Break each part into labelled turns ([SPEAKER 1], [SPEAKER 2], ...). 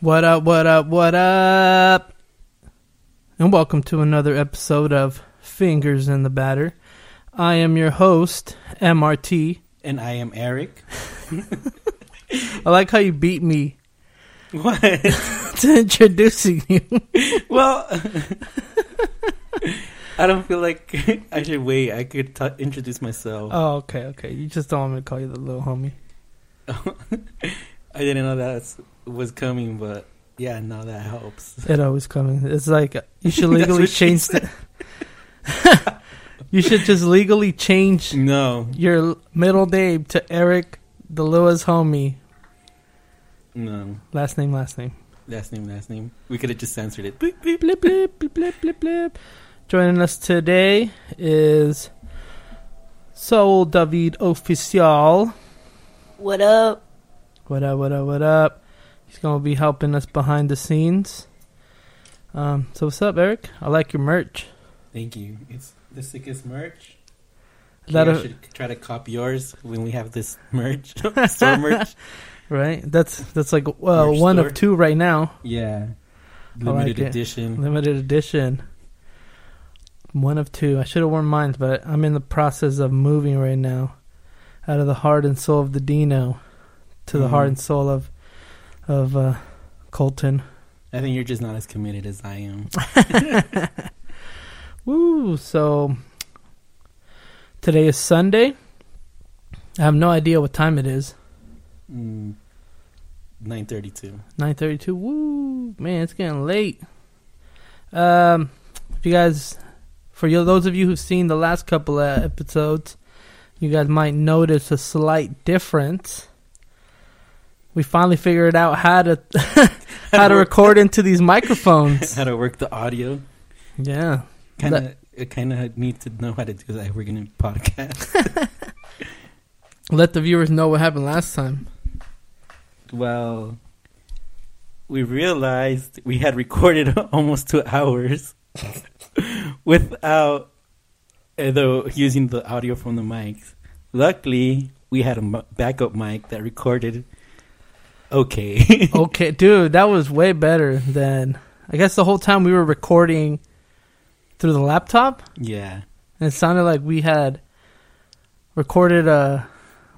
[SPEAKER 1] What up, what up, what up? And welcome to another episode of Fingers in the Batter. I am your host, MRT.
[SPEAKER 2] And I am Eric.
[SPEAKER 1] I like how you beat me
[SPEAKER 2] What?
[SPEAKER 1] to introducing you.
[SPEAKER 2] well, I don't feel like I should wait. I could t- introduce myself.
[SPEAKER 1] Oh, okay, okay. You just don't want me to call you the little homie. Oh.
[SPEAKER 2] I didn't know that was coming, but yeah, now that helps.
[SPEAKER 1] It always coming. It's like you should
[SPEAKER 2] That's
[SPEAKER 1] legally
[SPEAKER 2] what she
[SPEAKER 1] change the. you should just legally change
[SPEAKER 2] No,
[SPEAKER 1] your middle name to Eric the Lewis homie.
[SPEAKER 2] no.
[SPEAKER 1] Last name, last name.
[SPEAKER 2] Last name, last name. We could have just censored it.
[SPEAKER 1] Blip, blip, blip, blip, blip, blip, blip, blip. Joining us today is Saul David Oficial.
[SPEAKER 3] What up?
[SPEAKER 1] What up, what up, what up? He's going to be helping us behind the scenes. Um, so, what's up, Eric? I like your merch.
[SPEAKER 2] Thank you. It's the sickest merch.
[SPEAKER 1] That
[SPEAKER 2] Maybe I
[SPEAKER 1] a-
[SPEAKER 2] should try to copy yours when we have this merch, store merch.
[SPEAKER 1] Right? That's that's like well,
[SPEAKER 2] Merch
[SPEAKER 1] one
[SPEAKER 2] store.
[SPEAKER 1] of two right now.
[SPEAKER 2] Yeah,
[SPEAKER 1] I like
[SPEAKER 2] limited
[SPEAKER 1] it.
[SPEAKER 2] edition.
[SPEAKER 1] Mm-hmm. Limited edition. One of two. I should have worn mine, but I'm in the process of moving right now out of the heart and soul of the Dino to the
[SPEAKER 2] Mhm.
[SPEAKER 1] heart and soul of of uh, Colton.
[SPEAKER 2] I think you're just not as committed as I am.
[SPEAKER 1] Woo! So today is Sunday. I have no idea what time it is.
[SPEAKER 2] Mm, 932.
[SPEAKER 1] 9:32. Woo, man, it's getting late. Um, if you guys, for you, those of you who've seen the last couple of episodes, you guys might notice a slight difference. We finally figured out how to how to record into these microphones.
[SPEAKER 2] how to work the audio.
[SPEAKER 1] Yeah,
[SPEAKER 2] Kind of, I kind of need to know how to do that. if We're gonna podcast.
[SPEAKER 1] let the viewers know what happened last time.
[SPEAKER 2] well, we realized we had recorded almost two hours without, uh, though using the audio from the mics. Luckily, we had a m- backup mic that recorded. Okay.
[SPEAKER 1] Okay, dude, that was way better than I guess the whole time we were recording through the laptop.
[SPEAKER 2] yeah.
[SPEAKER 1] And it sounded like we had recorded a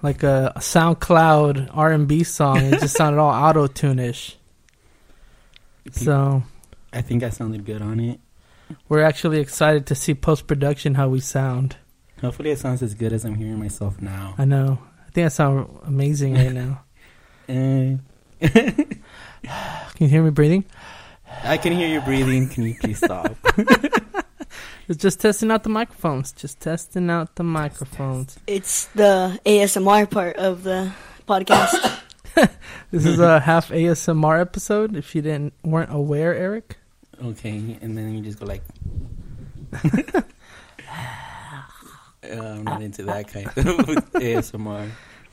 [SPEAKER 1] like a SoundCloud R and B song. It just sounded all auto tune-ish. So
[SPEAKER 2] I think I sounded good on it.
[SPEAKER 1] we're actually excited to see post production how we sound.
[SPEAKER 2] Hopefully, it sounds as good as I'm hearing myself now.
[SPEAKER 1] I know. I think I sound amazing right now.
[SPEAKER 2] Uh,
[SPEAKER 1] Can you hear me breathing?
[SPEAKER 2] I can hear you breathing. Can you please stop?
[SPEAKER 1] It's just testing out the microphones. Just testing out the microphones.
[SPEAKER 3] It's the ASMR part of the podcast.
[SPEAKER 1] This is a half ASMR episode. If you didn't weren't aware, Eric.
[SPEAKER 2] Okay, and then you just go like. Uh, I'm not into that kind of ASMR.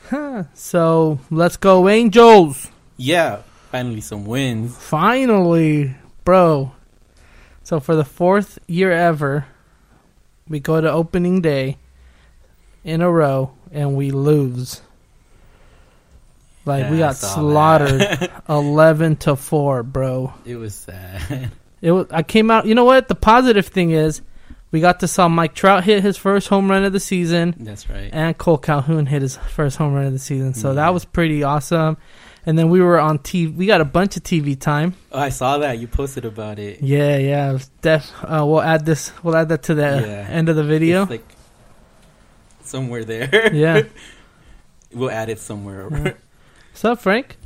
[SPEAKER 1] Huh. So let's go, Angels.
[SPEAKER 2] Yeah, finally some wins.
[SPEAKER 1] Finally, bro. So for the fourth year ever, we go to opening day in a row and we lose. Like we
[SPEAKER 2] Yeah, I
[SPEAKER 1] got
[SPEAKER 2] saw
[SPEAKER 1] slaughtered 11 to 4, bro.
[SPEAKER 2] It was sad.
[SPEAKER 1] It was, I came out, you know what? The positive thing is we got to saw Mike Trout hit his first home run of the season
[SPEAKER 2] That's right.
[SPEAKER 1] and Cole Calhoun hit his first home run of the season. So
[SPEAKER 2] Yeah.
[SPEAKER 1] that was pretty awesome. And then we were on TV. We got a bunch of TV time.
[SPEAKER 2] Oh, I saw that you posted about it.
[SPEAKER 1] Yeah, yeah. it's Def. Uh, we'll add this. We'll add that to the
[SPEAKER 2] Yeah.
[SPEAKER 1] end of the video.
[SPEAKER 2] It's like somewhere there.
[SPEAKER 1] yeah.
[SPEAKER 2] we'll add it somewhere.
[SPEAKER 1] Yeah. What's up, Frank?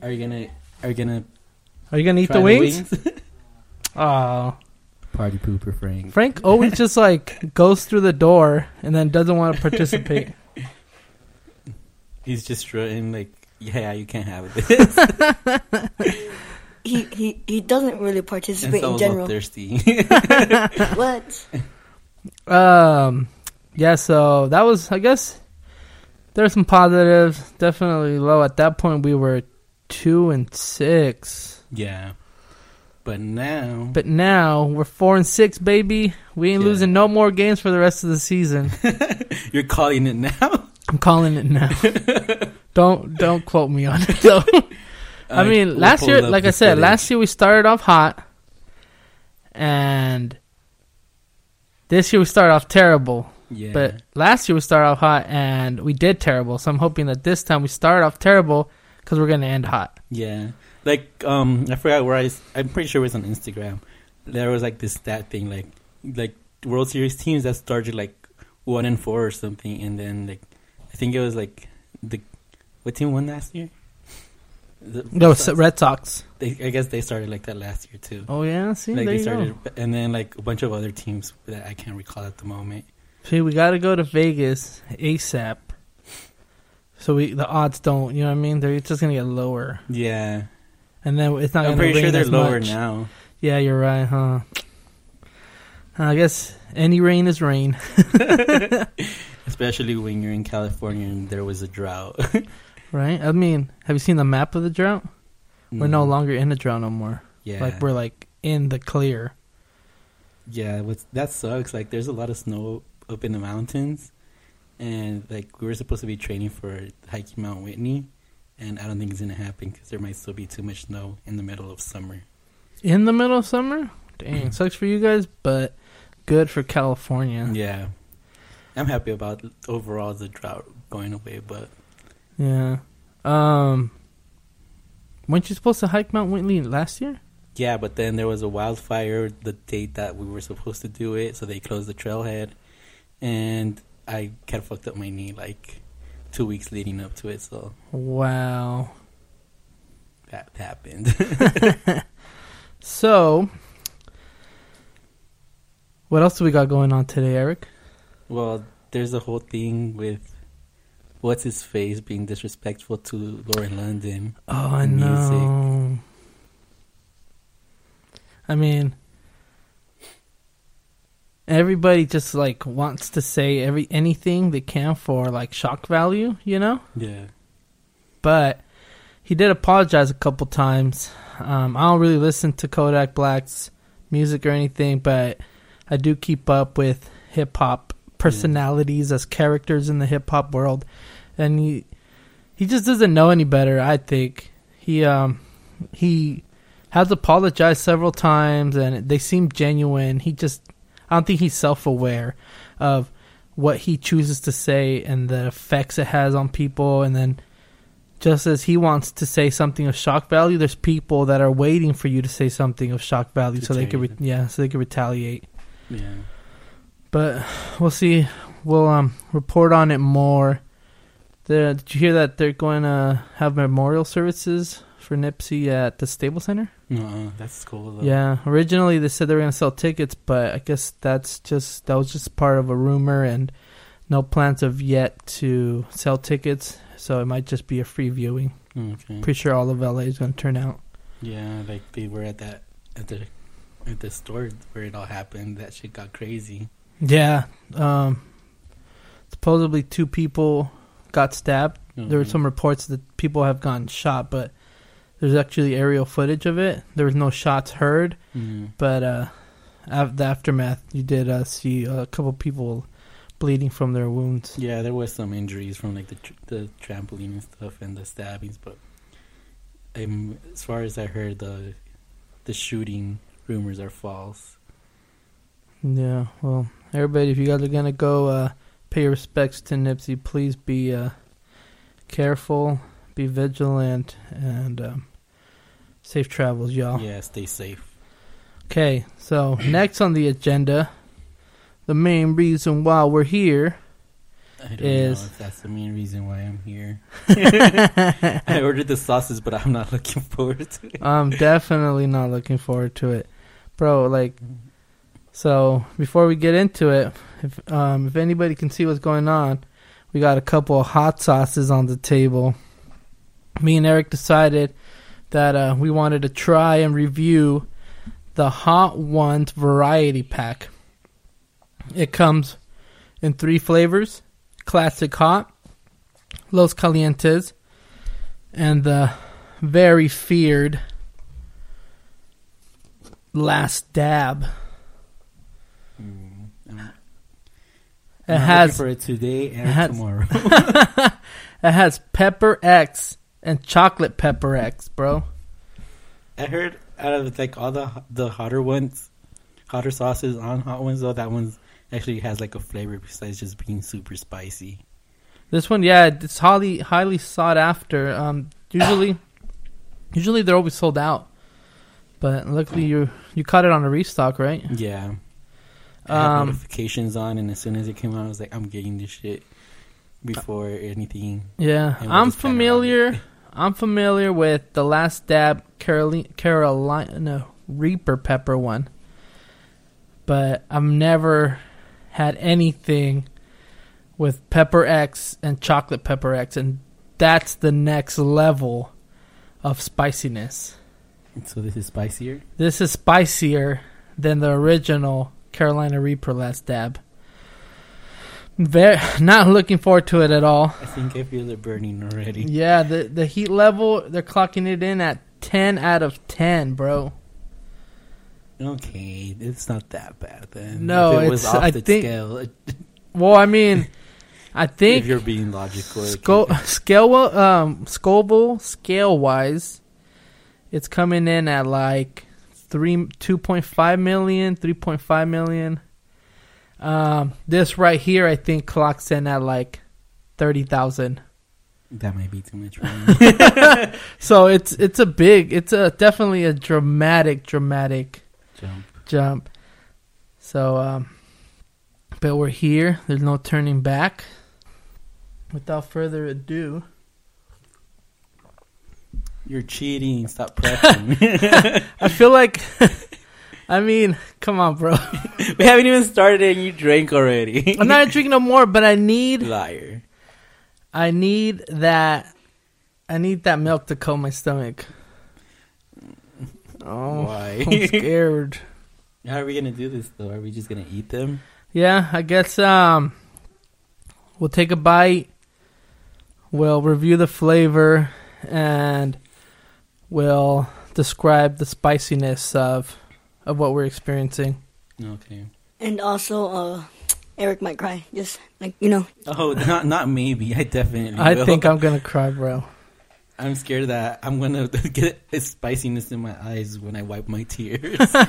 [SPEAKER 2] Are you gonna? Are you gonna
[SPEAKER 1] Are you gonna eat
[SPEAKER 2] try
[SPEAKER 1] the wings? Oh,
[SPEAKER 2] Party pooper, Frank.
[SPEAKER 1] Frank always just like goes through the door and then doesn't want to participate.
[SPEAKER 2] He's just strutting like, yeah, you can't have this.
[SPEAKER 3] he, he he doesn't really
[SPEAKER 2] and
[SPEAKER 3] participate in
[SPEAKER 2] someone's all
[SPEAKER 3] general.
[SPEAKER 2] thirsty.
[SPEAKER 3] What?
[SPEAKER 1] Um, yeah. So that was, I guess, there's some positives. Definitely low at that point. We were two and six,
[SPEAKER 2] yeah, but now
[SPEAKER 1] but now we're four and six, baby. We ain't
[SPEAKER 2] Yeah.
[SPEAKER 1] losing no more games for the rest of the season.
[SPEAKER 2] you're calling it now.
[SPEAKER 1] I'm calling it now. Don't don't quote me on it though. I mean,
[SPEAKER 2] we'll
[SPEAKER 1] last
[SPEAKER 2] pull
[SPEAKER 1] year,
[SPEAKER 2] up
[SPEAKER 1] like
[SPEAKER 2] the
[SPEAKER 1] I said,
[SPEAKER 2] footage.
[SPEAKER 1] last year we started off hot, and this year we started off terrible.
[SPEAKER 2] yeah.
[SPEAKER 1] But last year we started off hot, and we did terrible. So I'm hoping that this time we start off terrible because we're gonna end hot.
[SPEAKER 2] Yeah, like um, I forgot where I. s- I'm pretty sure it was on Instagram. There was like this stat thing, like like World Series teams that started like one and four or something, and then like I think it was like the what team won last year? The
[SPEAKER 1] No,
[SPEAKER 2] Red Sox.
[SPEAKER 1] S- Red Sox.
[SPEAKER 2] They, I guess they started like that last year too.
[SPEAKER 1] Oh yeah, see
[SPEAKER 2] like
[SPEAKER 1] there
[SPEAKER 2] they
[SPEAKER 1] you
[SPEAKER 2] started,
[SPEAKER 1] go.
[SPEAKER 2] and then like a bunch of other teams that I can't recall at the moment.
[SPEAKER 1] See, we gotta go to Vegas ASAP. So we the odds don't, you know what I mean? They're just gonna get lower,
[SPEAKER 2] Yeah,
[SPEAKER 1] and then it's not.
[SPEAKER 2] I'm
[SPEAKER 1] gonna
[SPEAKER 2] pretty
[SPEAKER 1] rain
[SPEAKER 2] sure they're
[SPEAKER 1] as
[SPEAKER 2] lower
[SPEAKER 1] much.
[SPEAKER 2] now.
[SPEAKER 1] Yeah, you're right, huh? I guess any rain is rain.
[SPEAKER 2] Especially when you're in California and there was a drought.
[SPEAKER 1] Right? I mean, have you seen the map of the drought? We're no
[SPEAKER 2] Mm,
[SPEAKER 1] longer in the drought no more.
[SPEAKER 2] yeah.
[SPEAKER 1] Like we're like in the clear.
[SPEAKER 2] Yeah, what's, that sucks. Like, there's a lot of snow up in the mountains, and like we were supposed to be training for hiking Mount Whitney, and I don't think it's gonna happen because there might still be too much snow in the middle of summer.
[SPEAKER 1] In the middle of summer?
[SPEAKER 2] Mm.
[SPEAKER 1] Dang, sucks for you guys, but good for California.
[SPEAKER 2] Yeah, I'm happy about overall the drought going away, but
[SPEAKER 1] Yeah. Um weren't you supposed to hike Mount Whitney last year?
[SPEAKER 2] yeah. But then there was a wildfire the date that we were supposed to do it, so they closed the trailhead, and I kind of fucked up my knee like two weeks leading up to it, so
[SPEAKER 1] Wow.
[SPEAKER 2] that happened.
[SPEAKER 1] So what else do we got going on today, Eric?
[SPEAKER 2] Well, there's a whole thing with what's his face being disrespectful to Lauren London.
[SPEAKER 1] Oh, I
[SPEAKER 2] Music.
[SPEAKER 1] know. I mean, everybody just like wants to say every anything they can for like shock value, you know.
[SPEAKER 2] Yeah.
[SPEAKER 1] But he did apologize a couple times. Um, I don't really listen to Kodak Black's music or anything, but I do keep up with hip hop personalities as characters in the hip hop world, and he he just doesn't know any better. I think he um he has apologized several times, and they seem genuine. He just I don't think he's self aware of what he chooses to say and the effects it has on people, and then just as he wants to say something of shock value, there's people that are waiting for you to say something of shock value
[SPEAKER 2] To
[SPEAKER 1] so they
[SPEAKER 2] tear
[SPEAKER 1] could
[SPEAKER 2] you
[SPEAKER 1] re-
[SPEAKER 2] down.
[SPEAKER 1] yeah, so they could retaliate.
[SPEAKER 2] Yeah.
[SPEAKER 1] But we'll see. We'll um report on it more. The, did you hear that they're going to have memorial services for Nipsey at the Stable Center?
[SPEAKER 2] No, that's cool. Though.
[SPEAKER 1] Yeah. Originally they said they were going to sell tickets, but I guess that's just that was just part of a rumor and no plans of yet to sell tickets. So it might just be a free viewing.
[SPEAKER 2] Okay.
[SPEAKER 1] Pretty sure all of LA is going to turn out.
[SPEAKER 2] yeah, like they were at that at the at the store where it all happened. That shit got crazy.
[SPEAKER 1] Yeah. Um, supposedly two people got stabbed. There were
[SPEAKER 2] Mhm.
[SPEAKER 1] some reports that people have gotten shot, but there's actually aerial footage of it. There was no shots heard,
[SPEAKER 2] Mhm.
[SPEAKER 1] but uh, af- the aftermath, you did uh, see a couple people bleeding from their wounds.
[SPEAKER 2] Yeah, there was some injuries from like the tr- the trampoline and stuff and the stabbings, but um, as far as I heard, the the shooting rumors are false.
[SPEAKER 1] Yeah. Well, everybody, if you guys are gonna go uh, pay your respects to Nipsey, please be uh, careful, be vigilant, and um, safe travels, y'all.
[SPEAKER 2] Yeah, stay safe.
[SPEAKER 1] Okay, so next on the agenda, the main reason why we're here.
[SPEAKER 2] I don't
[SPEAKER 1] is-
[SPEAKER 2] know if that's the main reason why I'm here. I ordered the sauces, but I'm not looking forward to it.
[SPEAKER 1] I'm definitely not looking forward to it, bro. Like, so before we get into it, if um, if anybody can see what's going on, we got a couple of hot sauces on the table. Me and Eric decided that uh, we wanted to try and review the Hot Ones variety pack. It comes in three flavors: classic hot, Los Calientes, and the very feared last dab.
[SPEAKER 2] Mm, I'm-
[SPEAKER 1] It
[SPEAKER 2] I'm
[SPEAKER 1] has
[SPEAKER 2] looking for it today and
[SPEAKER 1] it has-
[SPEAKER 2] tomorrow.
[SPEAKER 1] it It has Pepper X and Chocolate Pepper X, bro.
[SPEAKER 2] I heard out of like all the the hotter ones, hotter sauces on hot ones though that one's actually has like a flavor besides just being super spicy.
[SPEAKER 1] This one, yeah, it's highly highly sought after. Um, usually, usually they're always sold out, but luckily you you caught it on a restock, right?
[SPEAKER 2] Yeah. I had
[SPEAKER 1] Um,
[SPEAKER 2] notifications on, and as soon as it came out, I was like, I'm getting this shit before anything.
[SPEAKER 1] Yeah,
[SPEAKER 2] And we
[SPEAKER 1] I'm
[SPEAKER 2] just kinda love
[SPEAKER 1] familiar. I'm familiar with the last dab Carolina, Carolina Reaper pepper one, but I've never had anything with pepper X and chocolate pepper X, and that's the next level of spiciness.
[SPEAKER 2] So this is spicier.
[SPEAKER 1] This is spicier than the original Carolina Reaper last dab. Very not looking forward to it at all.
[SPEAKER 2] I think I feel it burning already.
[SPEAKER 1] Yeah, the the heat level they're clocking it in at ten out of ten, bro.
[SPEAKER 2] Okay, it's not that bad then.
[SPEAKER 1] No,
[SPEAKER 2] if it was
[SPEAKER 1] it's-
[SPEAKER 2] off
[SPEAKER 1] I
[SPEAKER 2] the
[SPEAKER 1] think-
[SPEAKER 2] scale. it-
[SPEAKER 1] Well, I mean, I
[SPEAKER 2] If
[SPEAKER 1] think
[SPEAKER 2] you're being logical, it
[SPEAKER 1] sco-
[SPEAKER 2] could-
[SPEAKER 1] scale um Scoville scale wise, it's coming in at like three two point five million, three point five million. Um, this right here, I think clocks in at like thirty thousand.
[SPEAKER 2] that might be too much. For me.
[SPEAKER 1] So it's it's a big, it's a definitely a dramatic, dramatic
[SPEAKER 2] Jump.
[SPEAKER 1] jump. So, um, but we're here. There's no turning back. Without further ado,
[SPEAKER 2] You're cheating. Stop pressing.
[SPEAKER 1] I feel like, I mean, come on, bro.
[SPEAKER 2] we haven't even started, and you drank already.
[SPEAKER 1] I'm not drinking no more, but I need,
[SPEAKER 2] liar.
[SPEAKER 1] I need that, I need that milk to coat my stomach. Oh, I'm
[SPEAKER 2] Why?
[SPEAKER 1] scared.
[SPEAKER 2] How are we gonna do this though? Are we just gonna eat them?
[SPEAKER 1] Yeah, I guess um, we'll take a bite. We'll review the flavor, and we'll describe the spiciness of of what we're experiencing.
[SPEAKER 2] Okay.
[SPEAKER 3] And also, uh, Eric might cry. Just like you know,
[SPEAKER 2] Oh, not not maybe. I definitely.
[SPEAKER 1] I
[SPEAKER 2] will.
[SPEAKER 1] think I'm gonna cry, bro.
[SPEAKER 2] I'm scared that I'm gonna get a spiciness in my eyes when I wipe my tears.
[SPEAKER 1] All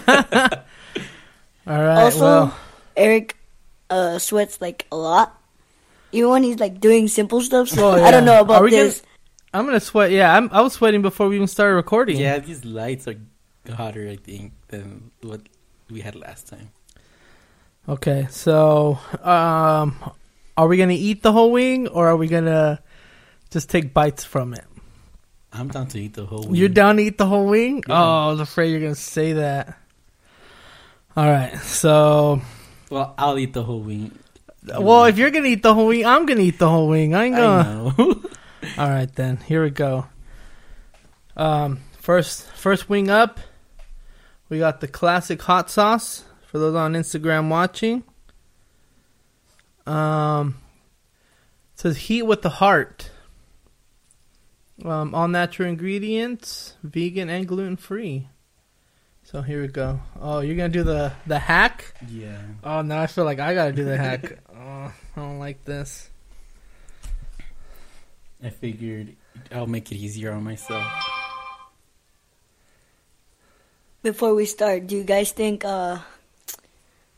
[SPEAKER 1] right.
[SPEAKER 3] Also-
[SPEAKER 1] well,
[SPEAKER 3] Eric uh, sweats like a lot, even when he's like doing simple stuff. So
[SPEAKER 1] Oh,
[SPEAKER 3] I don't
[SPEAKER 1] yeah.
[SPEAKER 3] know
[SPEAKER 1] Are
[SPEAKER 3] about
[SPEAKER 1] we gonna-
[SPEAKER 3] this.
[SPEAKER 1] I'm gonna sweat. Yeah, I'm, I was sweating before we even started recording.
[SPEAKER 2] yeah, these lights are hotter, I think, than what we had last time.
[SPEAKER 1] Okay. So, um, are we gonna eat the whole wing, or are we gonna just take bites from it?
[SPEAKER 2] I'm down to eat the whole.
[SPEAKER 1] You're
[SPEAKER 2] wing.
[SPEAKER 1] down to eat the whole wing?
[SPEAKER 2] Yeah.
[SPEAKER 1] Oh, I was afraid you're gonna say that. All right, so
[SPEAKER 2] Well, I'll eat the whole wing.
[SPEAKER 1] well, if you're gonna eat the whole wing, I'm gonna eat the whole wing. I ain't gonna.
[SPEAKER 2] I know.
[SPEAKER 1] All right, then here we go. Um, first, first wing up. We got the classic hot sauce for those on Instagram watching. Um, it says heat with the heart. Um, all natural ingredients, vegan and gluten free. So here we go. Oh, you're gonna do the the hack?
[SPEAKER 2] yeah.
[SPEAKER 1] Oh, now I feel like I gotta do the hack. oh, I don't like this.
[SPEAKER 2] I figured I'll make it easier on myself.
[SPEAKER 3] Before we start, do you guys think uh,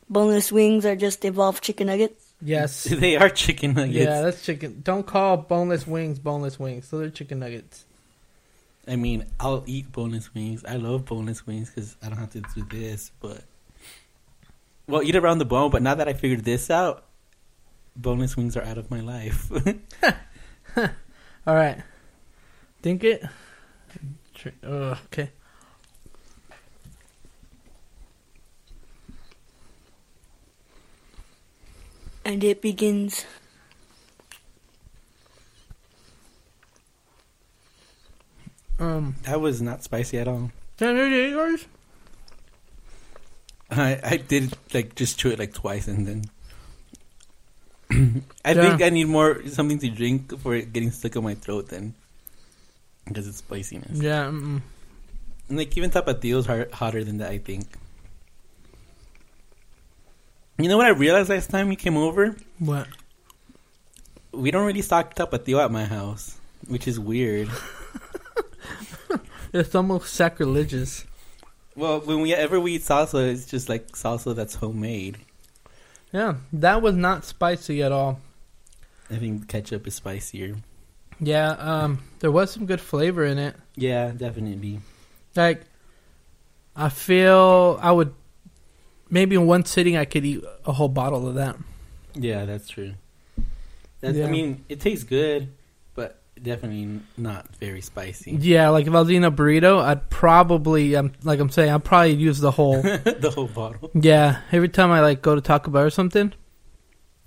[SPEAKER 3] boneless wings are just evolved chicken nuggets?
[SPEAKER 1] Yes.
[SPEAKER 2] they are chicken nuggets.
[SPEAKER 1] Yeah, that's chicken. Don't call boneless wings boneless wings. So they're chicken nuggets.
[SPEAKER 2] I mean, I'll eat boneless wings. I love boneless wings because I don't have to do this. But well, eat around the bone. But now that I figured this out, boneless wings are out of my life.
[SPEAKER 1] All right. Think it. Tr- Ugh, okay.
[SPEAKER 3] And it begins.
[SPEAKER 1] Um.
[SPEAKER 2] that was not spicy at all.
[SPEAKER 1] Can I do yours?
[SPEAKER 2] I I did like just chew it like twice and then. I
[SPEAKER 1] Yeah.
[SPEAKER 2] think I need more something to drink for it getting stuck in my throat than because it's spiciness.
[SPEAKER 1] Yeah. Mm-mm.
[SPEAKER 2] And like even Tapatio's hot, hotter than that, I think. You know what I realized last time you came over?
[SPEAKER 1] What?
[SPEAKER 2] we don't really stock tapatio at my house, which is weird.
[SPEAKER 1] It's almost sacrilegious.
[SPEAKER 2] Well, when we ever we eat salsa, it's just like salsa that's homemade.
[SPEAKER 1] Yeah, that was not spicy at all.
[SPEAKER 2] I think ketchup is spicier.
[SPEAKER 1] Yeah, um, there was some good flavor in it.
[SPEAKER 2] Yeah, definitely.
[SPEAKER 1] Like, I feel I would maybe in one sitting I could eat a whole bottle of that.
[SPEAKER 2] Yeah, that's true. That's, I
[SPEAKER 1] Yeah.
[SPEAKER 2] mean, it tastes good, but definitely not very spicy.
[SPEAKER 1] Yeah, like if I was eating a burrito, I'd probably um, like I'm saying I'd probably use the whole.
[SPEAKER 2] the whole bottle.
[SPEAKER 1] yeah, every time I like go to Taco Bell or something,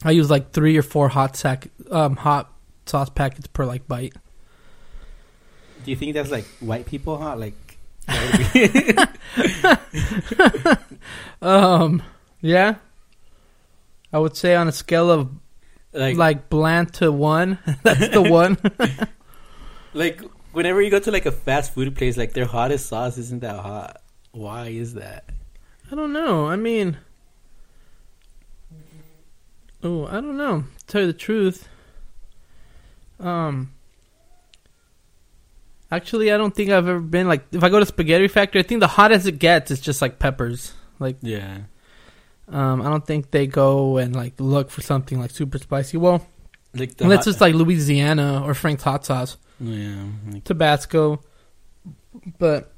[SPEAKER 1] I use like three or four hot sack um hot sauce packets per like bite.
[SPEAKER 2] Do you think that's like white people hot? Like,
[SPEAKER 1] Um, yeah, I would say on a scale of
[SPEAKER 2] like,
[SPEAKER 1] like, bland to one, that's the one.
[SPEAKER 2] like whenever you go to like a fast food place, like their hottest sauce isn't that hot. Why is that?
[SPEAKER 1] I don't know. I mean, oh, I don't know. tell you the truth, um, actually, I don't think I've ever been like. If I go to Spaghetti Factory, I think the hottest it gets is just like peppers. Like,
[SPEAKER 2] Yeah,
[SPEAKER 1] um, I don't think they go and like look for something like super spicy. Well,
[SPEAKER 2] like the
[SPEAKER 1] unless
[SPEAKER 2] hot-
[SPEAKER 1] it's like Louisiana or Frank's hot sauce,
[SPEAKER 2] Oh, yeah, like,
[SPEAKER 1] Tabasco, but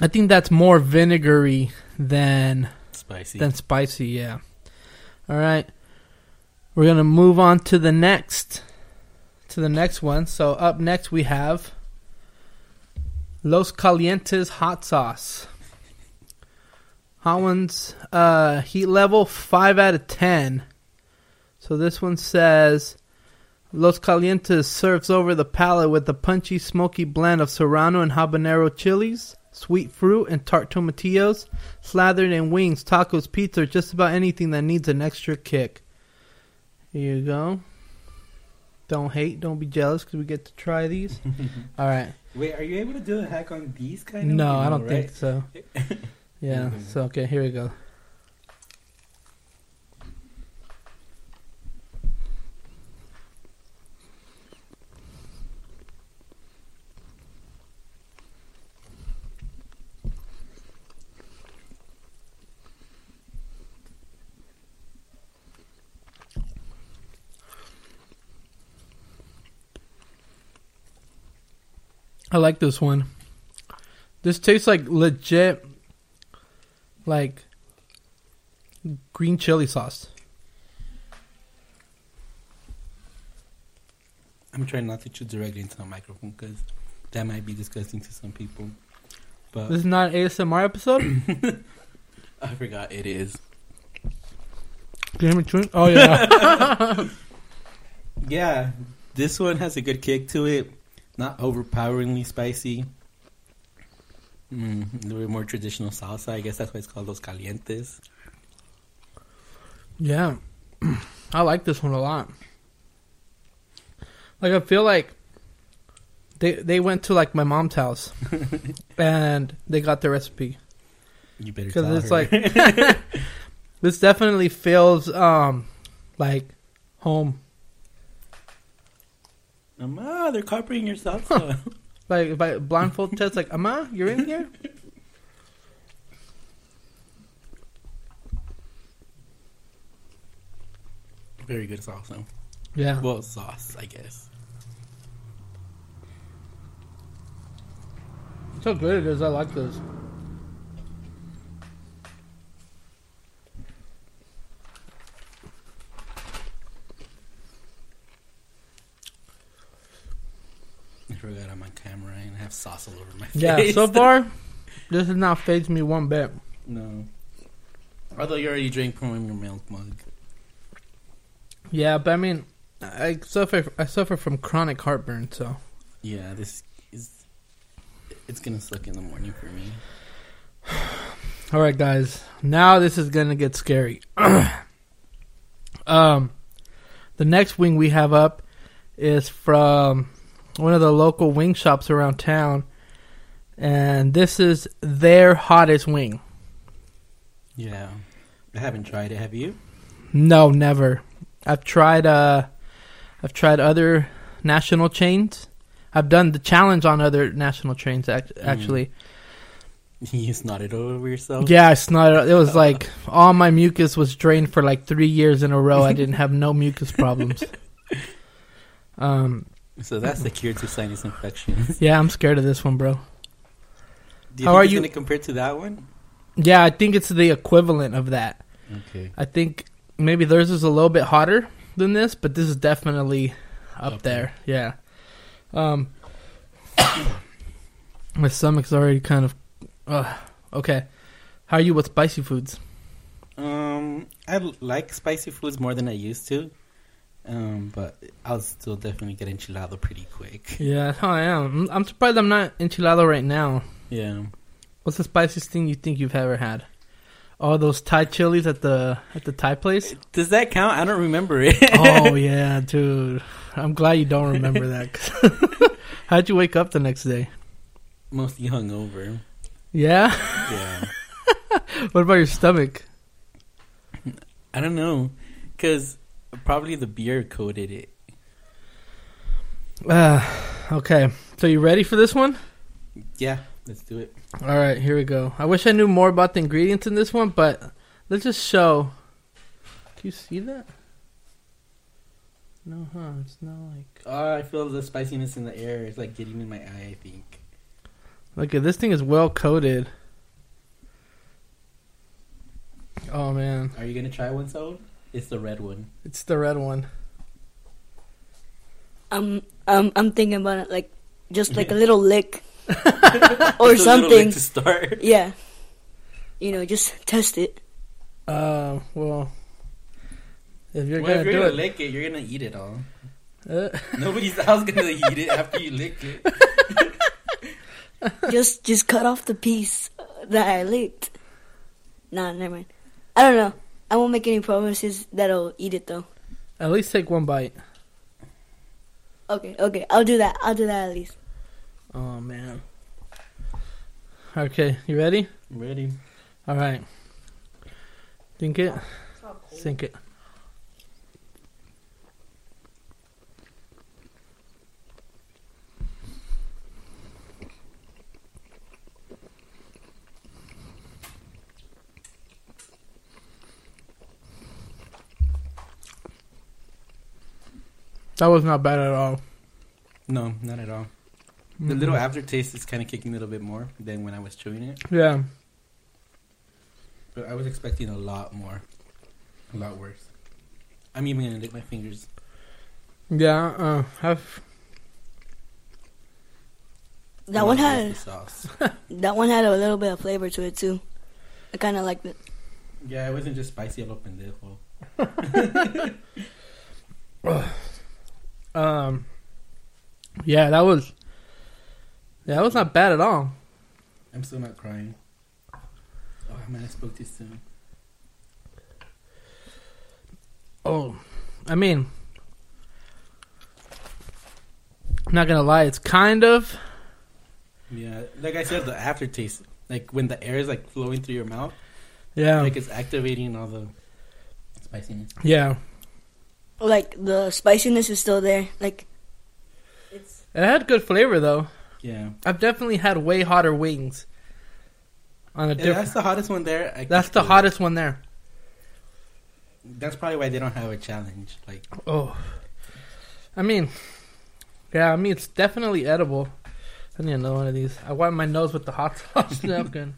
[SPEAKER 1] I think that's more vinegary than
[SPEAKER 2] spicy.
[SPEAKER 1] Then spicy, yeah. All right. We're going to move on to the next to the next one. So up next we have Los Calientes hot sauce. Hot ones uh heat level 5 out of 10. So this one says Los Calientes serves over the palate with a punchy, smoky blend of serrano and habanero chilies, sweet fruit, and tart tomatillos, slathered in wings, tacos, pizza, or just about anything that needs an extra kick. Here you go. Don't hate, don't be jealous, because we get to try these. All right.
[SPEAKER 2] Wait, are you able to do a hack on these kind
[SPEAKER 1] No, I don't think so. Yeah. So okay, here we go. I like this one. This tastes like legit, like green chili sauce.
[SPEAKER 2] I'm trying not to chew directly into the microphone because that might be disgusting to some people. But
[SPEAKER 1] This is not an ASMR episode.
[SPEAKER 2] I forgot it is.
[SPEAKER 1] Can you hear me chewing? Oh yeah,
[SPEAKER 2] Yeah, this one has a good kick to it. Not overpoweringly spicy. Mm, a little bit more traditional salsa. I guess that's why it's called Los Calientes.
[SPEAKER 1] yeah. I like this one a lot. Like I feel like they they went to like my mom's house and they got the recipe.
[SPEAKER 2] You better tell
[SPEAKER 1] because it's
[SPEAKER 2] her.
[SPEAKER 1] like this definitely feels um like home.
[SPEAKER 2] Mama, ah, they're copying your salsa.
[SPEAKER 1] Like if I blindfold test, like Ama, you're in here.
[SPEAKER 2] Very good salsa.
[SPEAKER 1] Yeah,
[SPEAKER 2] Well, sauce, I guess.
[SPEAKER 1] so good it is. I like this.
[SPEAKER 2] I forgot I'm on camera and I have sauce all over my face.
[SPEAKER 1] Yeah, so far this has not phased me one bit.
[SPEAKER 2] No. Although you already drank from your milk mug.
[SPEAKER 1] Yeah, but I mean, I suffer I suffer from chronic heartburn, so
[SPEAKER 2] Yeah, this is. It's gonna suck in the morning for me.
[SPEAKER 1] All right, guys. Now this is gonna get scary. um, the next wing we have up is from one of the local wing shops around town, and this is their hottest wing.
[SPEAKER 2] Yeah. I haven't tried it, have you?
[SPEAKER 1] No, never. I've tried. Uh, I've tried other national chains. I've done the challenge on other national chains act- actually.
[SPEAKER 2] You snotted over yourself.
[SPEAKER 1] Yeah, I snotted. It was like all my mucus was drained for like three years in a row. I didn't have no mucus problems. Um,
[SPEAKER 2] So that's the cure to sinus infections.
[SPEAKER 1] yeah, I'm scared of this one, bro.
[SPEAKER 2] Do you
[SPEAKER 1] How
[SPEAKER 2] think
[SPEAKER 1] are
[SPEAKER 2] it's
[SPEAKER 1] you-
[SPEAKER 2] going to compare to that one?
[SPEAKER 1] Yeah, I think it's the equivalent of that.
[SPEAKER 2] Okay.
[SPEAKER 1] I think maybe theirs is a little bit hotter than this, but this is definitely up,
[SPEAKER 2] Up
[SPEAKER 1] there. Yeah. Um, my stomach's already kind of. Uh, okay. How are you with spicy foods?
[SPEAKER 2] Um, I l- like spicy foods more than I used to, um, but I'll still definitely get enchilada pretty quick.
[SPEAKER 1] Yeah, that's how I am. I'm- I'm surprised I'm not enchilado right now.
[SPEAKER 2] Yeah.
[SPEAKER 1] What's the spiciest thing you think you've ever had? All those Thai chilies at the at the Thai place.
[SPEAKER 2] Does that count? I don't remember it.
[SPEAKER 1] oh yeah, dude. I'm glad you don't remember that. 'cause- How'd you wake up the next day?
[SPEAKER 2] Mostly hungover.
[SPEAKER 1] Yeah.
[SPEAKER 2] Yeah.
[SPEAKER 1] What about your stomach?
[SPEAKER 2] I don't know, cause probably the beer coated it.
[SPEAKER 1] Uh, okay. So you ready for this one?
[SPEAKER 2] Yeah. Let's do it.
[SPEAKER 1] All right, here we go. I wish I knew more about the ingredients in this one, but let's just show. Do you see that? No, huh? It's not like.
[SPEAKER 2] Oh, I feel the spiciness in the air. It's like getting in my eye. I think.
[SPEAKER 1] Look at this thing is well coated. Oh man.
[SPEAKER 2] Are you gonna try one, Saul? It's the red one.
[SPEAKER 1] It's the red one.
[SPEAKER 3] I'm I'm I'm thinking about it like just like a little lick or
[SPEAKER 2] It's a little late
[SPEAKER 3] something.
[SPEAKER 2] to start.
[SPEAKER 3] Yeah. You know, just test it.
[SPEAKER 1] Uh, well, if you're
[SPEAKER 2] well, if
[SPEAKER 1] gonna
[SPEAKER 2] you're
[SPEAKER 1] do
[SPEAKER 2] gonna
[SPEAKER 1] it,
[SPEAKER 2] lick it, you're gonna eat it all.
[SPEAKER 1] uh,
[SPEAKER 2] Nobody's else gonna eat it after you lick it.
[SPEAKER 3] Just just cut off the piece that I licked. Nah, never mind. I don't know. I won't make any promises that I'll eat it though.
[SPEAKER 1] at least take one bite.
[SPEAKER 3] Okay, okay, I'll do that. I'll do that at least.
[SPEAKER 1] Oh man. Okay, you ready?
[SPEAKER 2] I'm ready.
[SPEAKER 1] All right. Think it. Sink it. That was not bad at all. Mm-hmm.
[SPEAKER 2] No, not at all. The little aftertaste is kind of kicking a little bit more than when I was chewing it,
[SPEAKER 1] Yeah.
[SPEAKER 2] but I was expecting a lot more, a lot worse. I'm even gonna lick my fingers.
[SPEAKER 1] Yeah. Uh, have
[SPEAKER 3] That
[SPEAKER 2] Not with
[SPEAKER 3] one
[SPEAKER 2] the
[SPEAKER 3] had
[SPEAKER 2] sauce.
[SPEAKER 3] that one had a little bit of flavor to it too. I kind of liked it.
[SPEAKER 2] yeah, it wasn't just spicy. I'm open there. Well,
[SPEAKER 1] Um. Yeah, that was. Yeah, that was not bad at all.
[SPEAKER 2] I'm still not crying. Oh man, I spoke too soon.
[SPEAKER 1] Oh, I mean, I'm not gonna lie, it's kind of.
[SPEAKER 2] Yeah, like I said, the aftertaste, like when the air is like flowing through your mouth,
[SPEAKER 1] Yeah.
[SPEAKER 2] like it's activating all the spiciness.
[SPEAKER 1] yeah.
[SPEAKER 3] Like the spiciness is still there. Like it's
[SPEAKER 1] It had good flavor though.
[SPEAKER 2] Yeah,
[SPEAKER 1] I've definitely had way hotter wings. On a
[SPEAKER 2] Yeah,
[SPEAKER 1] different.
[SPEAKER 2] that's the hottest one there. I
[SPEAKER 1] That's
[SPEAKER 2] could
[SPEAKER 1] the
[SPEAKER 2] do it.
[SPEAKER 1] hottest one there.
[SPEAKER 2] That's probably why they don't have a challenge. Like,
[SPEAKER 1] Oh. I mean, yeah, I mean, it's definitely edible. I need another one of these. I wipe my nose with the hot sauce napkin.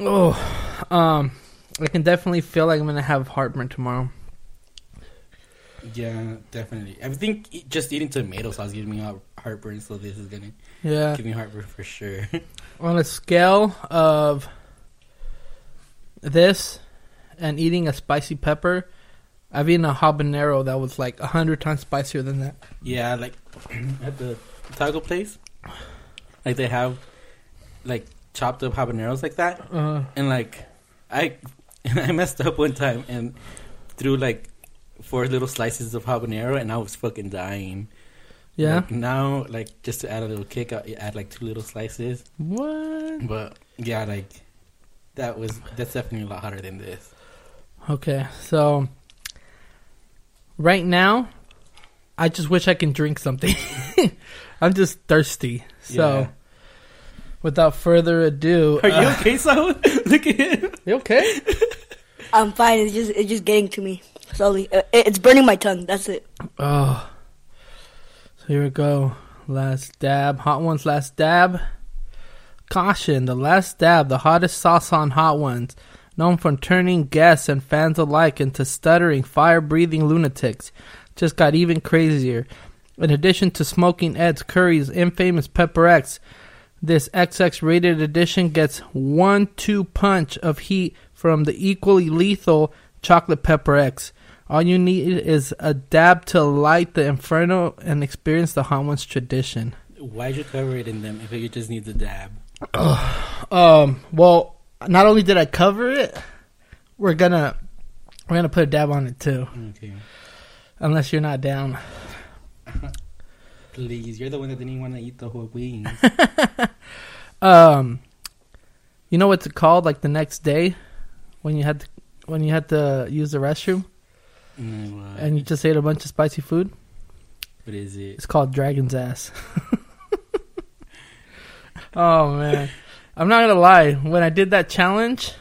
[SPEAKER 1] Oh, um, I can definitely feel like I'm gonna have heartburn tomorrow.
[SPEAKER 2] yeah, definitely. I think e- just eating tomato sauce gives me heart- heartburn, so this is gonna
[SPEAKER 1] Yeah.
[SPEAKER 2] give me heartburn for sure.
[SPEAKER 1] On a scale of this and eating a spicy pepper, I've eaten a habanero that was like a hundred times spicier than that.
[SPEAKER 2] yeah, like at the taco place, like they have like chopped up habaneros like that,
[SPEAKER 1] Uh,
[SPEAKER 2] and like I I messed up one time and threw like four little slices of habanero and I was fucking dying.
[SPEAKER 1] yeah.
[SPEAKER 2] Like, now like just to add a little kick, I add like two little slices.
[SPEAKER 1] What?
[SPEAKER 2] But yeah, like that was that's definitely a lot hotter than this.
[SPEAKER 1] Okay, so right now, I just wish I can drink something. I'm just thirsty. So,
[SPEAKER 2] Yeah.
[SPEAKER 1] without further ado,
[SPEAKER 2] Are you
[SPEAKER 1] uh,
[SPEAKER 2] okay, Saul? Look at him.
[SPEAKER 1] you okay?
[SPEAKER 3] I'm fine. It's just it's just getting to me slowly. Uh, it- It's burning my tongue. That's it.
[SPEAKER 1] Oh, so here we go. Last dab, hot ones. Last dab. Caution: The last dab, the hottest sauce on hot ones, known for turning guests and fans alike into stuttering, fire-breathing lunatics, just got even crazier. In addition to smoking Ed's Curry's infamous Pepper X, this XX-rated edition gets one-two punch of heat from the equally lethal Chocolate Pepper X. All you need is a dab to light the inferno and experience the hot ones tradition.
[SPEAKER 2] Why'd you cover it in them if you just need the dab?
[SPEAKER 1] Um. Well, not only did I cover it, we're gonna we're gonna put a dab on it too.
[SPEAKER 2] Okay.
[SPEAKER 1] Unless you're not down.
[SPEAKER 2] Please, you're the one that didn't want to eat the whole wings.
[SPEAKER 1] Um. You know what's it called? Like the next day, when you had to, when you had to use the restroom
[SPEAKER 2] No, uh,
[SPEAKER 1] and you just ate a bunch of spicy food.
[SPEAKER 2] what is it?
[SPEAKER 1] It's called Dragon's Ass. oh man, I'm not gonna lie. When I did that challenge,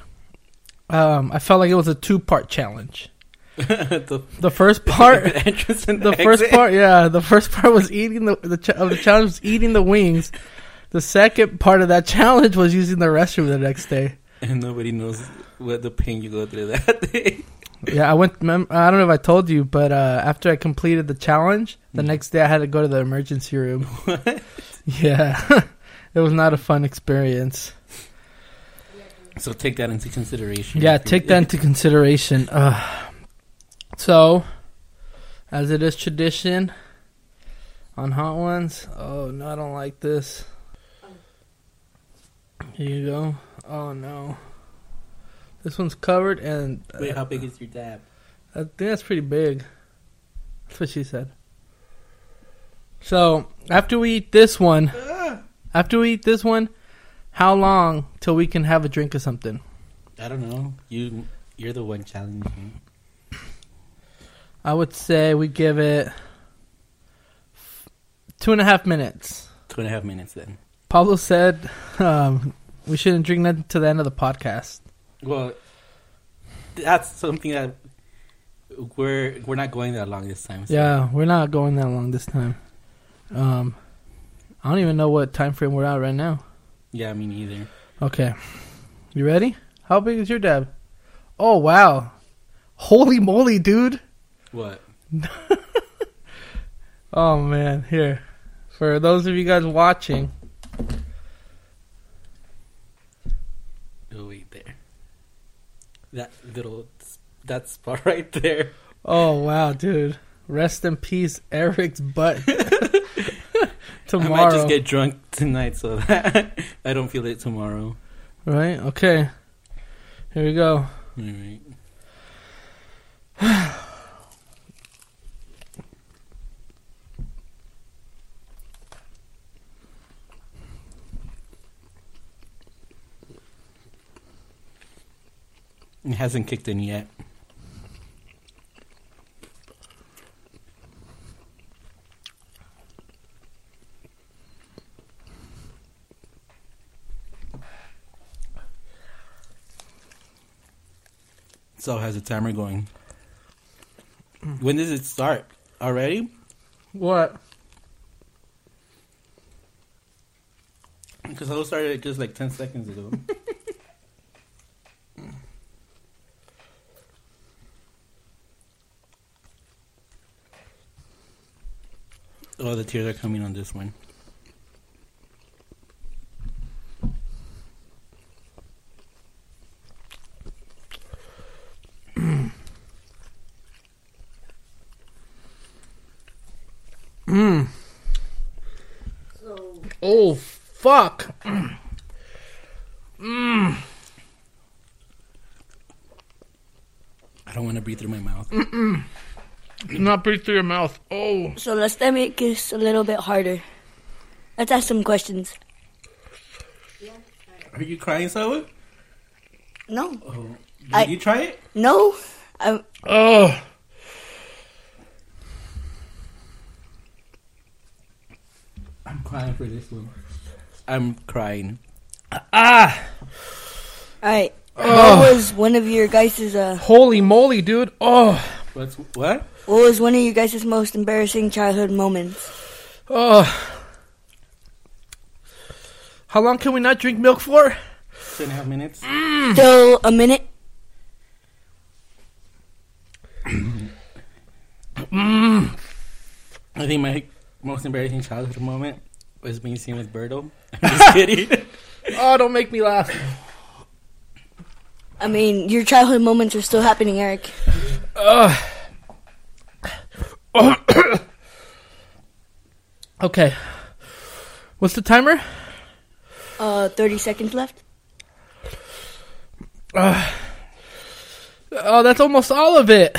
[SPEAKER 1] um, I felt like it was a two part challenge.
[SPEAKER 2] the
[SPEAKER 1] The first part.
[SPEAKER 2] the entrance and
[SPEAKER 1] the
[SPEAKER 2] the
[SPEAKER 1] first
[SPEAKER 2] exit.
[SPEAKER 1] part, yeah, the first part was eating the the ch- of the challenge was eating the wings. The second part of that challenge was using the restroom the next day.
[SPEAKER 2] And nobody knows what the pain you go through that day.
[SPEAKER 1] Yeah, I went. Mem- I don't know if I told you, but uh, after I completed the challenge, the
[SPEAKER 2] Mhm.
[SPEAKER 1] next day I had to go to the emergency room. Yeah, it was not a fun experience.
[SPEAKER 2] So take that into consideration.
[SPEAKER 1] Yeah, take that into consideration. Uh, so, as it is tradition on hot ones. Oh no, I don't like this. Here you go. Oh no, this one's covered, and uh,
[SPEAKER 2] Wait, how big is your dab?
[SPEAKER 1] I think that's pretty big. That's what she said. So after we eat this one, after we eat this one, how long till we can have a drink or something?
[SPEAKER 2] I don't know. You, you're the one challenging.
[SPEAKER 1] I would say we give it two and a half minutes.
[SPEAKER 2] Two and a half minutes then.
[SPEAKER 1] Pablo said um, we shouldn't drink nothing to the end of the podcast.
[SPEAKER 2] Well, that's something that we're we're not going that long this time. so-
[SPEAKER 1] Yeah, we're not going that long this time. Um, I don't even know what time frame we're at right now.
[SPEAKER 2] Yeah, me neither.
[SPEAKER 1] Okay, you ready? How big is your dab? Oh wow! Holy moly, dude!
[SPEAKER 2] What?
[SPEAKER 1] Oh man, here. For those of you guys watching,
[SPEAKER 2] Oh wait, there. That little that spot right there.
[SPEAKER 1] Oh wow, dude! Rest in peace, Eric's butt.
[SPEAKER 2] I
[SPEAKER 1] Tomorrow,
[SPEAKER 2] might just get drunk tonight, so that I don't feel it tomorrow.
[SPEAKER 1] right? Okay, here we go.
[SPEAKER 2] All right. It hasn't kicked in yet. So how's the timer going? When does it start? Already?
[SPEAKER 1] What?
[SPEAKER 2] Because I started just like ten seconds ago. oh, the tears are coming on this one.
[SPEAKER 1] Oh fuck! Mm.
[SPEAKER 2] I don't want to breathe through my mouth.
[SPEAKER 1] Do not breathe through your mouth. Oh,
[SPEAKER 3] So let's then make this a little bit harder. Let's ask some questions.
[SPEAKER 2] Are you crying, Sawa?
[SPEAKER 3] No,
[SPEAKER 2] Oh, did
[SPEAKER 3] I- Um,
[SPEAKER 2] you try it?
[SPEAKER 3] no. I,
[SPEAKER 1] oh,
[SPEAKER 2] crying for this one. I'm crying.
[SPEAKER 1] Ah!
[SPEAKER 3] All right.
[SPEAKER 1] Oh.
[SPEAKER 3] What was one of your guys' uh?
[SPEAKER 1] Holy moly, dude. Oh.
[SPEAKER 2] What's what?
[SPEAKER 3] What was one of you guys' most embarrassing childhood moments?
[SPEAKER 1] Oh. How long can we not drink milk for?
[SPEAKER 2] Two and a half minutes.
[SPEAKER 3] Still a minute.
[SPEAKER 2] I think my most embarrassing childhood moment was being seen with Birdo. I'm just kidding.
[SPEAKER 1] Oh, don't make me laugh.
[SPEAKER 3] I mean, your childhood moments are still happening, Eric.
[SPEAKER 1] Okay. What's the timer?
[SPEAKER 3] Uh, 30 seconds left.
[SPEAKER 1] Oh, that's almost all of it.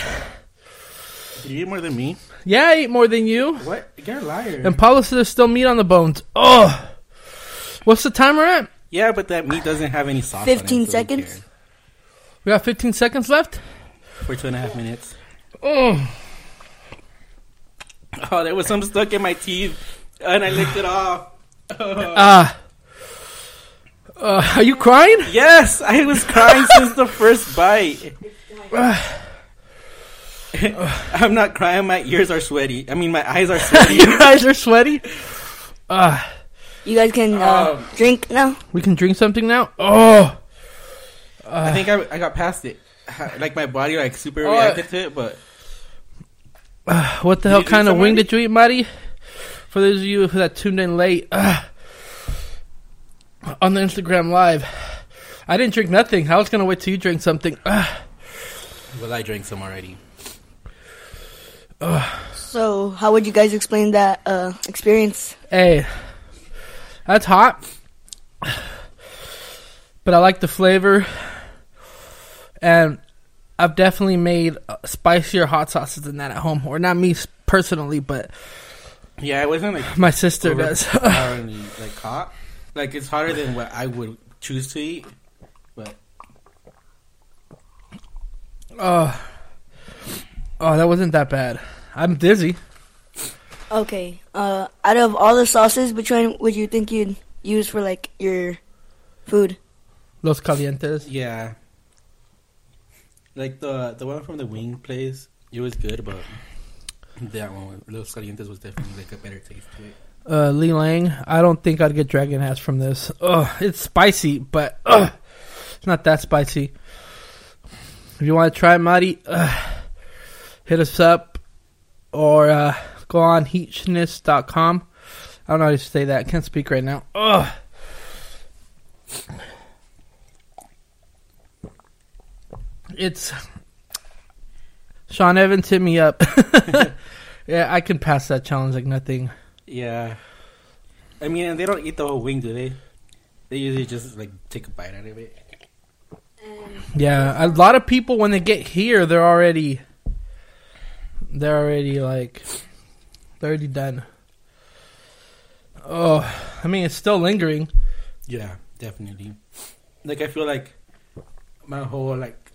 [SPEAKER 2] Did you eat more than me?
[SPEAKER 1] Yeah, I ate more than you.
[SPEAKER 2] What? You're a liar.
[SPEAKER 1] And Paulo said there's still meat on the bones. Oh. What's the timer at?
[SPEAKER 2] yeah, but that meat doesn't have any sauce. on it,
[SPEAKER 3] 15
[SPEAKER 2] so who
[SPEAKER 3] seconds?
[SPEAKER 2] cares?
[SPEAKER 1] We got 15 seconds left.
[SPEAKER 2] for two and a half minutes.
[SPEAKER 1] Oh.
[SPEAKER 2] Oh, there was some stuck in my teeth, and I licked it off. Oh.
[SPEAKER 1] Ah. uh, are you crying?
[SPEAKER 2] Yes, I was crying since the first bite. I'm not crying. My ears are sweaty. I mean, my eyes are sweaty.
[SPEAKER 1] Your eyes are sweaty. Ah.
[SPEAKER 3] You guys can uh, drink now.
[SPEAKER 1] we can drink something now? Oh.
[SPEAKER 2] I think I, I got past it. Like my body, like super
[SPEAKER 1] Oh,
[SPEAKER 2] reacted to it, but
[SPEAKER 1] What the
[SPEAKER 2] Did
[SPEAKER 1] hell
[SPEAKER 2] you drink
[SPEAKER 1] kind of
[SPEAKER 2] some,
[SPEAKER 1] wing
[SPEAKER 2] Marty?
[SPEAKER 1] did you eat, Marty? For those of you that tuned in late uh, on the Instagram live, I didn't drink nothing. I was gonna wait till you drink something. Ah.
[SPEAKER 2] well, I drank some already.
[SPEAKER 3] So, how would you guys explain that uh, experience?
[SPEAKER 1] hey, that's hot, but I like the flavor, and I've definitely made uh, spicier hot sauces than that at home, or not me s- personally, but
[SPEAKER 2] Yeah, it wasn't like
[SPEAKER 1] my sister
[SPEAKER 2] over-
[SPEAKER 1] does.
[SPEAKER 2] overpowering, like hot. Like it's hotter than what I would choose to eat. But
[SPEAKER 1] Oh, oh, that wasn't that bad. I'm dizzy.
[SPEAKER 3] Okay. Uh, out of all the sauces, which one would you think you'd use for like your food?
[SPEAKER 1] Los calientes.
[SPEAKER 2] yeah, like the the one from the wing place, it was good, but that one, Los Calientes, was definitely like a better taste to it.
[SPEAKER 1] Uh, Li Lang. I don't think I'd get dragon ass from this. Ugh, it's spicy, but ugh, it's not that spicy. If you want to try it, Marty, ugh, hit us up or uh, go on heatness.com. I don't know how to say that. Can't speak right now. Ugh. It's Sean Evans hit me up. yeah, I can pass that challenge like nothing.
[SPEAKER 2] Yeah, I mean, and they don't eat the whole wing, do they? They usually just like take a bite out of it.
[SPEAKER 1] Yeah, a lot of people when they get here, they're already, they're already like, they're already done. Oh, I mean, it's still lingering.
[SPEAKER 2] Yeah, definitely. Like I feel like my whole like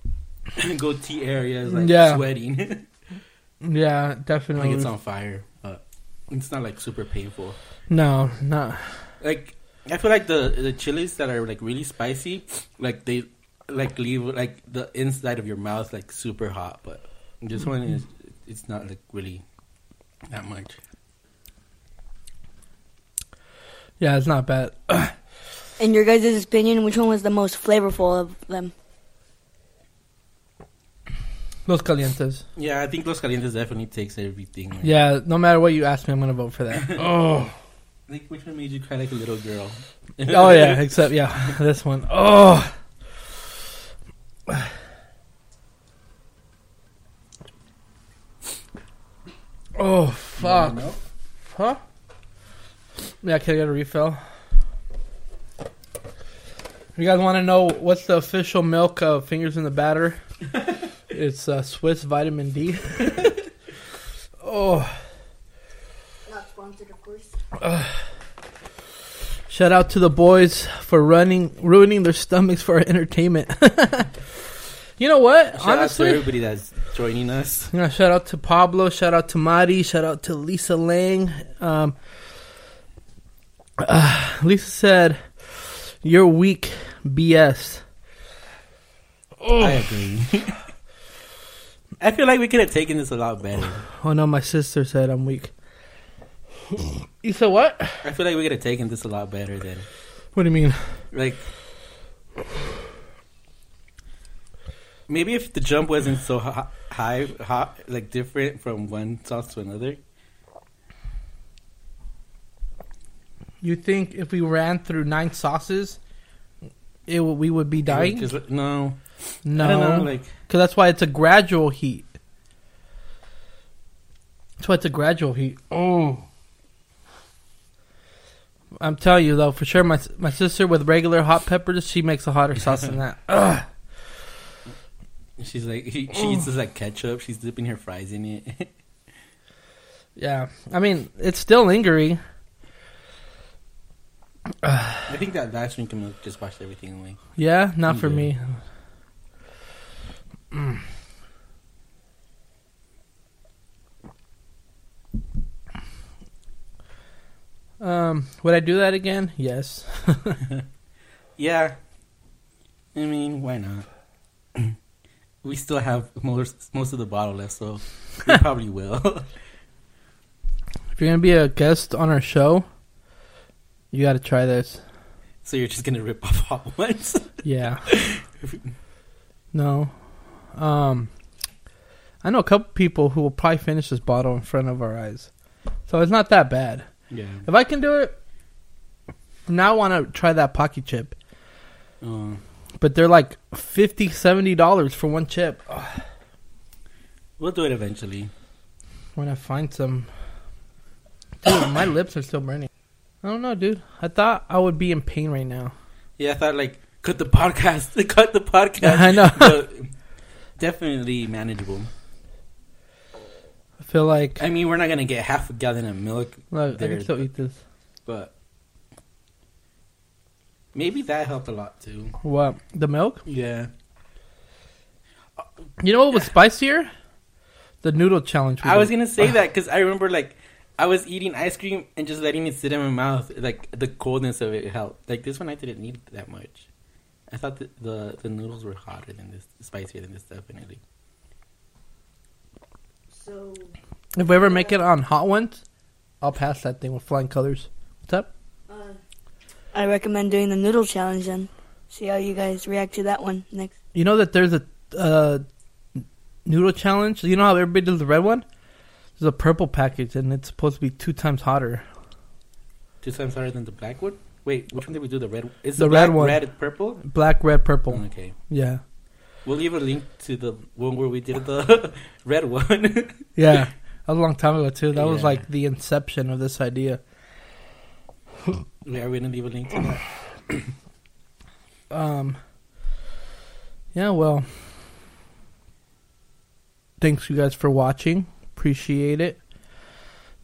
[SPEAKER 2] goatee area is like
[SPEAKER 1] Yeah.
[SPEAKER 2] sweating.
[SPEAKER 1] Yeah, definitely.
[SPEAKER 2] like it's on fire, but it's not like super painful.
[SPEAKER 1] no, not
[SPEAKER 2] Like I feel like the the chilies that are like really spicy, like they like leave like the inside of your mouth like super hot, but this one is it's not like really that much.
[SPEAKER 1] yeah, it's not bad.
[SPEAKER 3] In your guys' opinion, which one was the most flavorful of them?
[SPEAKER 1] Los calientes.
[SPEAKER 2] Yeah, I think Los Calientes definitely takes everything. right?
[SPEAKER 1] Yeah, no matter what you ask me, I'm gonna vote for that. oh,
[SPEAKER 2] Like which one made you cry like a little girl?
[SPEAKER 1] oh yeah, except yeah, this one. Oh, oh fuck.
[SPEAKER 2] No?
[SPEAKER 1] Huh? Yeah, can I get a refill? You guys want to know what's the official milk of Fingers in the Batter? it's uh, Swiss vitamin D. oh,
[SPEAKER 3] Not sponsored, of course.
[SPEAKER 1] shout out to the boys for running, ruining their stomachs for our entertainment. you know what?
[SPEAKER 2] Shout
[SPEAKER 1] Honestly,
[SPEAKER 2] out to everybody that's joining us.
[SPEAKER 1] Yeah, shout out to Pablo, shout out to Mari, shout out to Lisa Lang. Um, Uh, Lisa said, "You're weak, BS."
[SPEAKER 2] I agree. I feel like we could have taken this a lot better.
[SPEAKER 1] Oh no, my sister said I'm weak. You said what?
[SPEAKER 2] I feel like we could have taken this a lot better than
[SPEAKER 1] What do you mean?
[SPEAKER 2] like maybe if the jump wasn't so hi- high, high like different from one sauce to another.
[SPEAKER 1] You think if we ran through nine sauces, it w- we would be
[SPEAKER 2] it would
[SPEAKER 1] dying?
[SPEAKER 2] just- no,
[SPEAKER 1] no,
[SPEAKER 2] I
[SPEAKER 1] because
[SPEAKER 2] don't know. Like
[SPEAKER 1] that's why it's a gradual heat. That's why it's a gradual heat. Oh, I'm telling you though, for sure, my s- my sister with regular hot peppers, she makes a hotter sauce than that. Ugh.
[SPEAKER 2] she's like she, she eats this like ketchup. She's dipping her fries in it.
[SPEAKER 1] Yeah, I mean it's still lingering.
[SPEAKER 2] I think that last one can just wash everything away.
[SPEAKER 1] Yeah, not for
[SPEAKER 2] Yeah.
[SPEAKER 1] me. Mm. Um, would I do that again? Yes.
[SPEAKER 2] Yeah, I mean why not? we still have most most of the bottle left, so we probably will.
[SPEAKER 1] If you're gonna be a guest on our show, you got to try this.
[SPEAKER 2] so you're just gonna rip off hot ones.
[SPEAKER 1] Yeah. no. Um, I know a couple people who will probably finish this bottle in front of our eyes, so it's not that bad.
[SPEAKER 2] Yeah.
[SPEAKER 1] If I can do it, now I want to try that pocky chip.
[SPEAKER 2] Uh,
[SPEAKER 1] But they're like 50 $70 for one chip. Ugh,
[SPEAKER 2] we'll do it eventually.
[SPEAKER 1] When I find some. Dude, my lips are still burning. I don't know, dude. I thought I would be in pain right now.
[SPEAKER 2] Yeah, I thought like cut the podcast, cut the podcast.
[SPEAKER 1] I know.
[SPEAKER 2] But definitely manageable.
[SPEAKER 1] I feel like.
[SPEAKER 2] I mean, we're not gonna get half a gallon of milk,
[SPEAKER 1] Look, I can
[SPEAKER 2] there-
[SPEAKER 1] still eat this.
[SPEAKER 2] but maybe that helped a lot too.
[SPEAKER 1] What? The milk?
[SPEAKER 2] Yeah.
[SPEAKER 1] You know what was spicier? The noodle challenge. we
[SPEAKER 2] I was
[SPEAKER 1] did.
[SPEAKER 2] gonna say that because I remember like I was eating ice cream and just letting it sit in my mouth. Like the coldness of it helped. Like this one, I didn't need that much. I thought the the, the noodles were hotter than this, spicier than this, definitely.
[SPEAKER 3] So
[SPEAKER 1] If we ever make it on hot ones, I'll pass that thing with flying colors. What's up?
[SPEAKER 3] uh, I recommend doing the noodle challenge then. See how you guys react to that one next.
[SPEAKER 1] You know that there's a uh, noodle challenge. You know how everybody does the red one. There's a purple package, and it's supposed to be two times hotter.
[SPEAKER 2] Two times hotter than the black one. Wait, which one did we do? The red? Is
[SPEAKER 1] The red
[SPEAKER 2] black,
[SPEAKER 1] one.
[SPEAKER 2] Red, purple.
[SPEAKER 1] Black, red, purple.
[SPEAKER 2] Oh, okay,
[SPEAKER 1] Yeah,
[SPEAKER 2] we'll leave a link to the one where we did the red one.
[SPEAKER 1] yeah. That was a long time ago too. That was
[SPEAKER 2] Yeah.
[SPEAKER 1] like the inception of this idea.
[SPEAKER 2] Wait, are we gonna leave a link to that?
[SPEAKER 1] Um. Yeah. Well. Thanks you guys for watching. Appreciate it.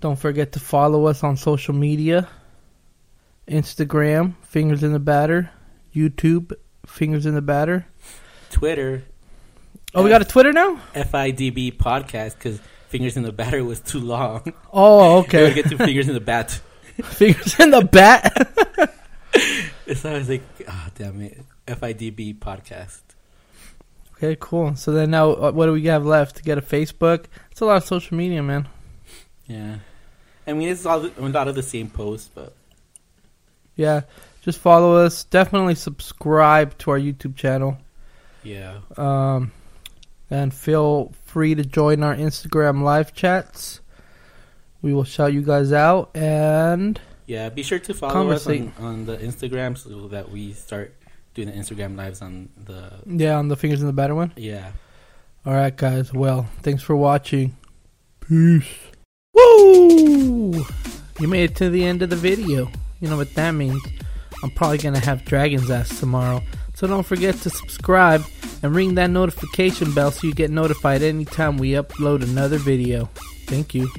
[SPEAKER 1] Don't forget to follow us on social media. Instagram, fingers in the batter. YouTube, fingers in the batter.
[SPEAKER 2] Twitter
[SPEAKER 1] Oh, we got a Twitter now?
[SPEAKER 2] FIDB podcast because fingers in the batter was too long.
[SPEAKER 1] Oh,
[SPEAKER 2] Okay,
[SPEAKER 1] okay.
[SPEAKER 2] get to fingers in the bat.
[SPEAKER 1] fingers in the bat.
[SPEAKER 2] So I was like, ah, damn it, FIDB podcast.
[SPEAKER 1] okay, cool. So then now, uh, what do we have left? To get a Facebook? It's a lot of social media, man.
[SPEAKER 2] Yeah, I mean it's all a lot of the same posts, but
[SPEAKER 1] Yeah. Just follow us. Definitely subscribe to our YouTube channel.
[SPEAKER 2] yeah,
[SPEAKER 1] Um, and feel free to join our Instagram live chats. We will shout you guys out. And
[SPEAKER 2] yeah. Be sure to follow us on,
[SPEAKER 1] Conversate.
[SPEAKER 2] on the Instagram so that we start doing the Instagram lives on the
[SPEAKER 1] yeah, on the fingers in the batter one.
[SPEAKER 2] yeah.
[SPEAKER 1] All right, guys. Well, thanks for watching. Peace. Woo! You made it to the end of the video. You know what that means. I'm probably going to have Dragon's Ass tomorrow. So don't forget to subscribe and ring that notification bell so you get notified anytime we upload another video. Thank you.